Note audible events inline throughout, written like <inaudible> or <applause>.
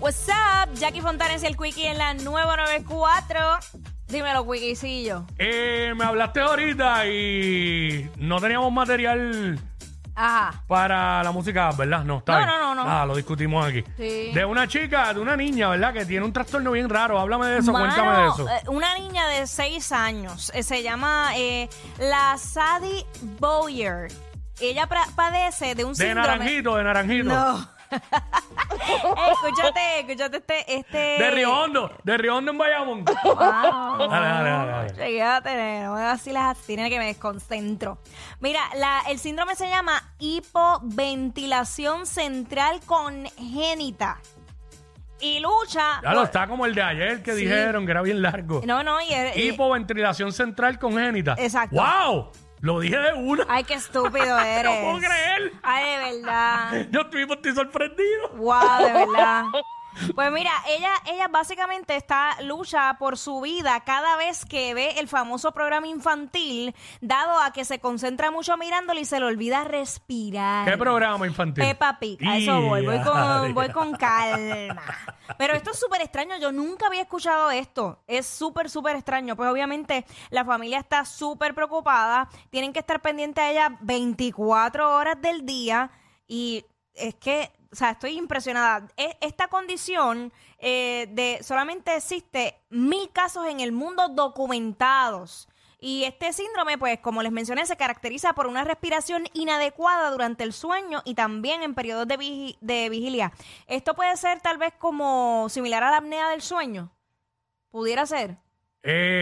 What's up? Jackie Fontanes y el Quickie en la 994. Dímelo, Quickiecillo. Eh, me hablaste ahorita y no teníamos material Ajá. para la música, ¿verdad? No, está No, bien. no, no, no. Ah, lo discutimos aquí. Sí. De una chica, de una niña, ¿verdad? Que tiene un trastorno bien raro. Háblame de eso, cuéntame de Mano, eso. eh, Una niña de 6 años. eh, se llama eh, la Sadie Bowyer. Ella pra- padece de un de síndrome. naranjito, de naranjito. No. <laughs> Eh, escúchate, escúchate este. este... De Riondo, de Riondo <laughs> en Bayamón. Wow. Dale, dale, dale, dale. Llegué a tener, no voy a decir las tiene que me desconcentro. Mira, la- el síndrome se llama hipoventilación central congénita. Y lucha. Ya lo está como el de ayer que Sí. dijeron que era bien largo. No, no, y es- y- Hipoventilación central congénita. Exacto. Ah. ¡Wow! Lo dije de una. Ay, qué estúpido eres. No puedo creer. Ay, de verdad. <laughs> Yo estoy, estoy sorprendido. Wow, de verdad. Pues mira, ella, ella básicamente está lucha por su vida cada vez que ve el famoso programa infantil, dado a que se concentra mucho mirándolo y se le olvida respirar. ¿Qué programa infantil? Peppa Pig, a eso voy, voy Yeah. con, voy con calma. Pero esto es súper extraño, yo nunca había escuchado esto, es súper, súper extraño. Pues obviamente la familia está súper preocupada, tienen que estar pendiente a ella 24 horas del día y es que, o sea, estoy impresionada. E- Esta condición eh, de solamente existe mil casos en el mundo documentados. Y este síndrome, pues, como les mencioné, se caracteriza por una respiración inadecuada durante el sueño y también en periodos de, vigi- de vigilia. Esto puede ser tal vez como similar a la apnea del sueño. Pudiera ser.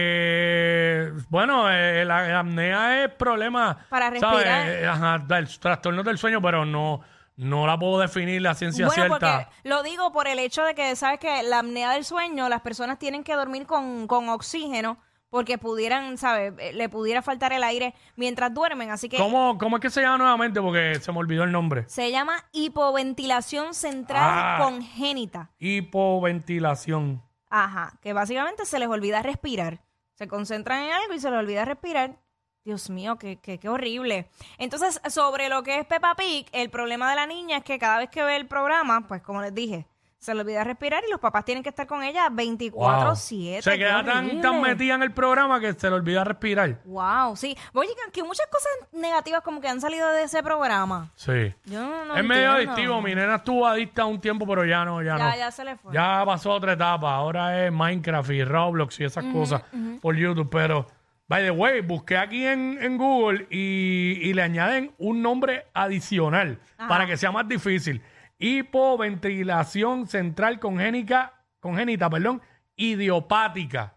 Eh, bueno, eh, la, la apnea es problema. Para ¿sabes? respirar. Eh, Ajá, del trastorno del sueño, pero no, no la puedo definir la ciencia bueno, cierta. porque lo digo por el hecho de que, ¿sabes que La apnea del sueño, las personas tienen que dormir con, con oxígeno porque pudieran, ¿sabes? Eh, Le pudiera faltar el aire mientras duermen. Así que ¿Cómo, ¿Cómo es que se llama nuevamente? Porque se me olvidó el nombre. se llama hipoventilación central Ah. congénita. Hipoventilación. Ajá, que básicamente se les olvida respirar. Se concentran en algo y se les olvida respirar. Dios mío, qué, qué, qué horrible. Entonces, sobre lo que es Peppa Pig, el problema de la niña es que cada vez que ve el programa, pues como les dije, se le olvida respirar y los papás tienen que estar con ella Wow. 24-7. Se qué queda tan, tan horrible. metida en el programa que se le olvida respirar. Wow, sí. Oye, que- que muchas cosas negativas como que han salido de ese programa. Sí. Yo no, no es medio entiendo. adictivo. Mi nena estuvo adicta un tiempo, pero ya no, ya, no. Ya, ya se le fue. Ya pasó otra etapa. Ahora es Minecraft y Roblox y esas cosas por YouTube. Pero, by the way, busqué aquí en, en Google y, y le añaden un nombre adicional para que sea más difícil. Hipoventilación central congénica, congénita, perdón, idiopática,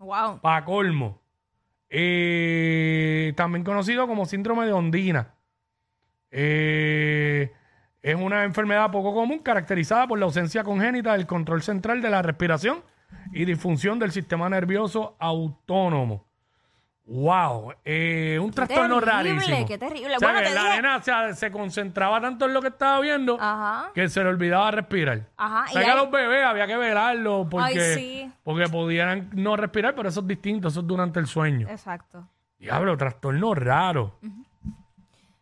Wow. para colmo. Eh, también conocido como síndrome de ondina. Eh, es una enfermedad poco común caracterizada por la ausencia congénita del control central de la respiración y disfunción del sistema nervioso autónomo. ¡Wow! Eh, un trastorno terrible, rarísimo. qué terrible. O sea, Bueno, que te la dije- nena se, se concentraba tanto en lo que estaba viendo Ajá. que se le olvidaba respirar. Ajá, O Ah, y sea, que hay- a los bebés había que velarlos porque, sí. porque pudieran no respirar, pero eso es distinto, eso es durante el sueño. Exacto. Diablo, trastorno raro.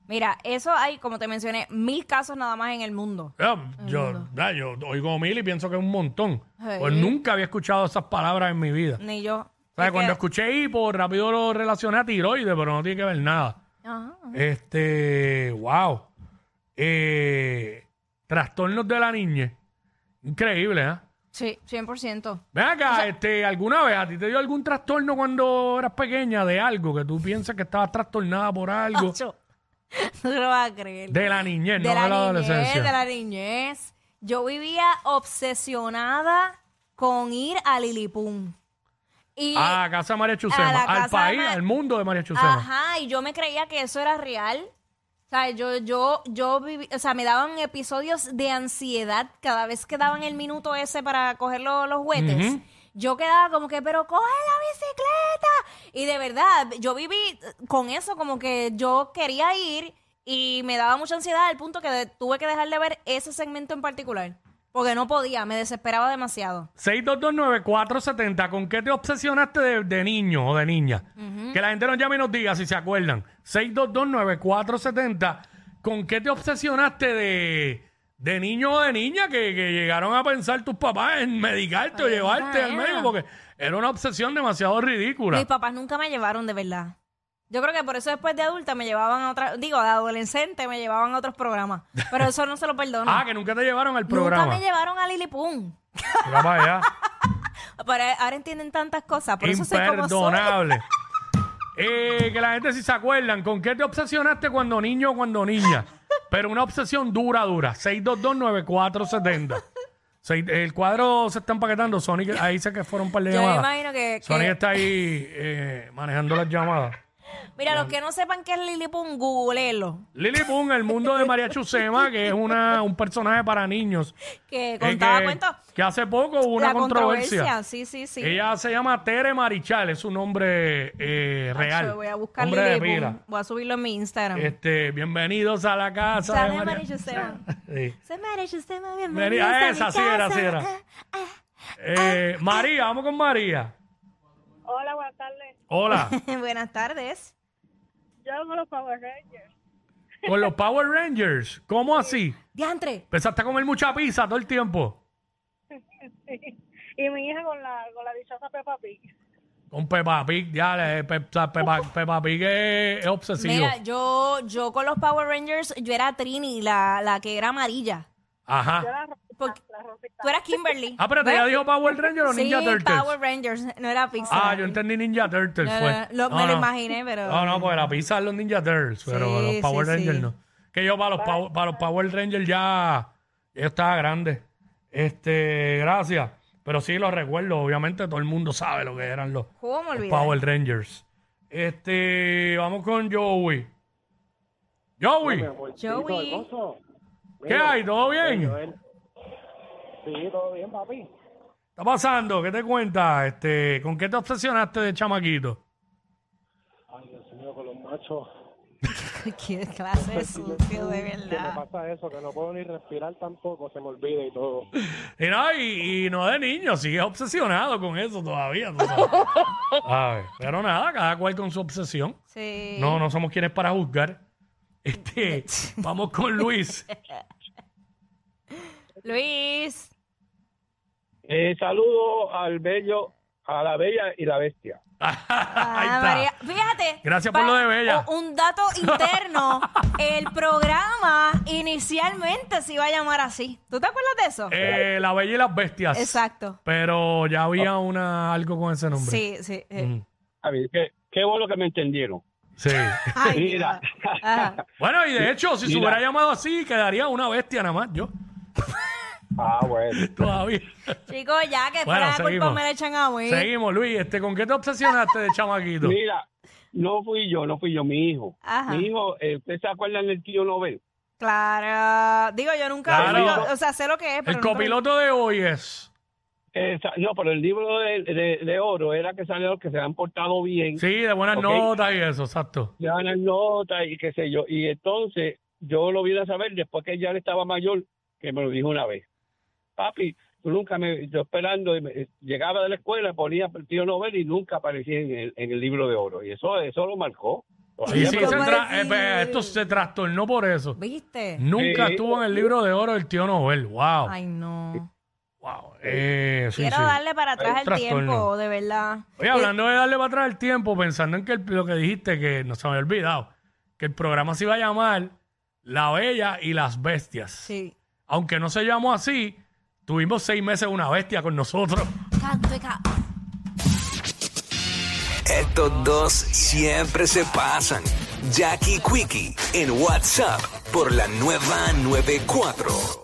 Mira, eso hay, como te mencioné, mil casos nada más en el mundo. Ya, Yo, ya, yo oigo mil y pienso que es un montón. Sí. Pues nunca había escuchado esas palabras en mi vida. Ni yo. O sea, Es cuando que- escuché hipo, rápido lo relacioné a tiroides, pero no tiene que ver nada. Ajá. Este, wow. Eh, trastornos de la niñez. Increíble, ¿eh? Sí, 100%. Ven acá, este, ¿alguna vez a ti te dio algún trastorno cuando eras pequeña de algo que tú piensas que estabas trastornada por algo? Acho. <laughs> No te lo vas a creer. De la niñez, no de la, niñez, adolescencia. de la niñez. Yo vivía obsesionada con ir a Lilipum. Y, A casa de María Chusema, A la al casa de país, Ma- al mundo de María Chusema. ajá, y yo me creía que eso era real. O sea, yo, yo, yo viví, o sea, me daban episodios de ansiedad cada vez que daban el minuto ese para coger lo- los juguetes. Ujú. Yo quedaba como que, pero coge la bicicleta. Y de verdad, yo viví eh, con eso, como que yo quería ir y me daba mucha ansiedad al punto que de- tuve que dejar de ver ese segmento en particular. Porque no podía, me desesperaba demasiado. 6229470, ¿con qué te obsesionaste de, de niño o de niña? Que la gente nos llame y nos diga si se acuerdan. 6229470, ¿con qué te obsesionaste de, de niño o de niña que, que llegaron a pensar tus papás en medicarte o Ay, llevarte al nena. médico porque era una obsesión demasiado ridícula. Mis papás nunca me llevaron de verdad. Yo creo que por eso después de adulta me llevaban a otra, digo, de adolescente me llevaban a otros programas. Pero eso no se lo perdono. <laughs> Ah, que nunca te llevaron al nunca programa. me llevaron a Lilipum. Mira para allá. Pero ahora entienden tantas cosas, <laughs> por eso soy como soy. Imperdonable. Eh, que la gente si se acuerdan, ¿con qué te obsesionaste cuando niño o cuando niña? Pero una obsesión dura, dura. 6229470. Seis- El cuadro se está empaquetando. Sonic, ahí sé que fueron un par de Yo me llamadas. imagino que- que- Sonic está ahí eh, manejando las llamadas. Mira, los que no sepan qué es Lilipum, googleenlo. Lili Boom, el mundo de María Chusema, que es una, un personaje para niños. Que eh, contaba que, cuentos. que hace poco hubo una la controversia. Sí, sí, sí. Ella se llama Tere Marichal, es su nombre eh, Nacho, real. Voy a buscar Nombre de Lilipum. pila. Voy a subirlo en mi Instagram. Este, bienvenidos a la casa. Sale de María- María Joseba. Sí. Se merece usted, ma, María, bienvenida a mi esa, sí era, casa. sí era. Ah. Eh, María, vamos con María. Hola, buenas tardes. <laughs> Hola. <laughs> Buenas tardes. Yo amo los Power Rangers. con los Power Rangers. ¿Cómo así? Diantre. Empezaste a comer mucha pizza todo el tiempo. y mi hija con la, con la dichosa Peppa Pig. Con Peppa Pig, ya, eh, le- Pe- Peppa, Peppa Pig es, es obsesivo. Mira, yo, yo con los Power Rangers, yo era Trini, la, la que era amarilla. Yo Ajá. la rosita, Porque- la rosita. Tú eras Kimberly. Ah, pero te ya dijo Power Ranger o sí, Ninja Turtles. Power Rangers, no era Pixar. Ah, yo entendí Ninja Turtles. No, no, fue. Ah, lo- me lo imaginé, pero- No, no, porque la pizza es los Ninja Turtles, pero Oh. Sí, los Power sí, Rangers sí. no. Que yo para los, Power, para los Power Rangers ya, ya estaba grande. Este, gracias. Pero sí lo recuerdo, obviamente todo el mundo sabe lo que eran los, ¿Cómo me los olvidé? Power Rangers. Este, vamos con Joey. Joey, Joey. ¿qué hay? ¿Todo bien? Sí, todo bien, papi. ¿Está pasando? ¿Qué te cuentas? Este, ¿con qué te obsesionaste de chamaquito? Ay, Dios mío, con los machos. <laughs> Qué clase de sucio, de ¿Qué me verdad. pasa eso? Que no puedo ni respirar tampoco, se me olvida y todo. Y no, y, y no de niño, sigue obsesionado con eso todavía. tú sabes. Ay, pero nada, cada cual con su obsesión. Sí. No, no somos quienes para juzgar. <laughs> Este, vamos con Luis. Luis. Eh, saludo al bello, a la bella y la bestia. <laughs> Ahí Ah, está. María. Fíjate. Gracias por lo de Bella. u- Un dato <laughs> interno. el programa inicialmente se iba a llamar así. ¿Tú te acuerdas de eso? Eh, la Bella y las Bestias. Exacto. Oh. Pero ya había una algo con ese nombre. Sí, sí. eh. Mm, A ver, qué, qué bueno que me entendieron. sí. Ay, Mira. Dios. Ah, Ajá. <laughs> Bueno, y de hecho, si se Mira. hubiera llamado así, quedaría una bestia nada más. Yo Ah, bueno. todavía. Chicos, ya que Bueno, fuera la culpa seguimos. me la echan a mí. Seguimos, Luis. Este, ¿Con qué te obsesionaste de chamaquito? Mira, no fui yo, no fui yo, mi hijo. Ajá. Mi hijo, eh, ¿ustedes se acuerdan del tío Nobel? Claro. Digo, yo nunca. Claro. nunca- o sea, sé lo que es, pero. El nunca- copiloto de hoy es. Esa- no, pero el libro de, de- de oro era que salieron que se han portado bien. Sí, de buenas Ok. notas y eso, exacto. le dan las notas y qué sé yo. Y entonces yo lo vine a saber después que ya estaba mayor, que me lo dijo una vez. Papi, tú nunca me, yo esperando, y me- eh, llegaba de la escuela, ponía el tío Nobel y nunca aparecía en el, en el libro de oro. Y eso, eso lo marcó. Sí, Todavía sí, me lo- se ¿Cómo tra- decir? eh, pues, esto se trastornó por eso. ¿Viste? Nunca Sí. estuvo en el libro de oro el tío Nobel. Wow. Ay, no. wow. Eh, sí, Quiero sí. darle para Hay un atrás el trastorno. tiempo, de verdad. Oye, hablando de darle para atrás el tiempo, pensando en que el- lo que dijiste, que no se me había olvidado, que el programa se iba a llamar La Bella y las Bestias. Sí. Aunque no se llamó así, tuvimos seis meses una bestia con nosotros. Canto y ca- Estos dos siempre se pasan. Jackie Quickie en WhatsApp por la nueva 94.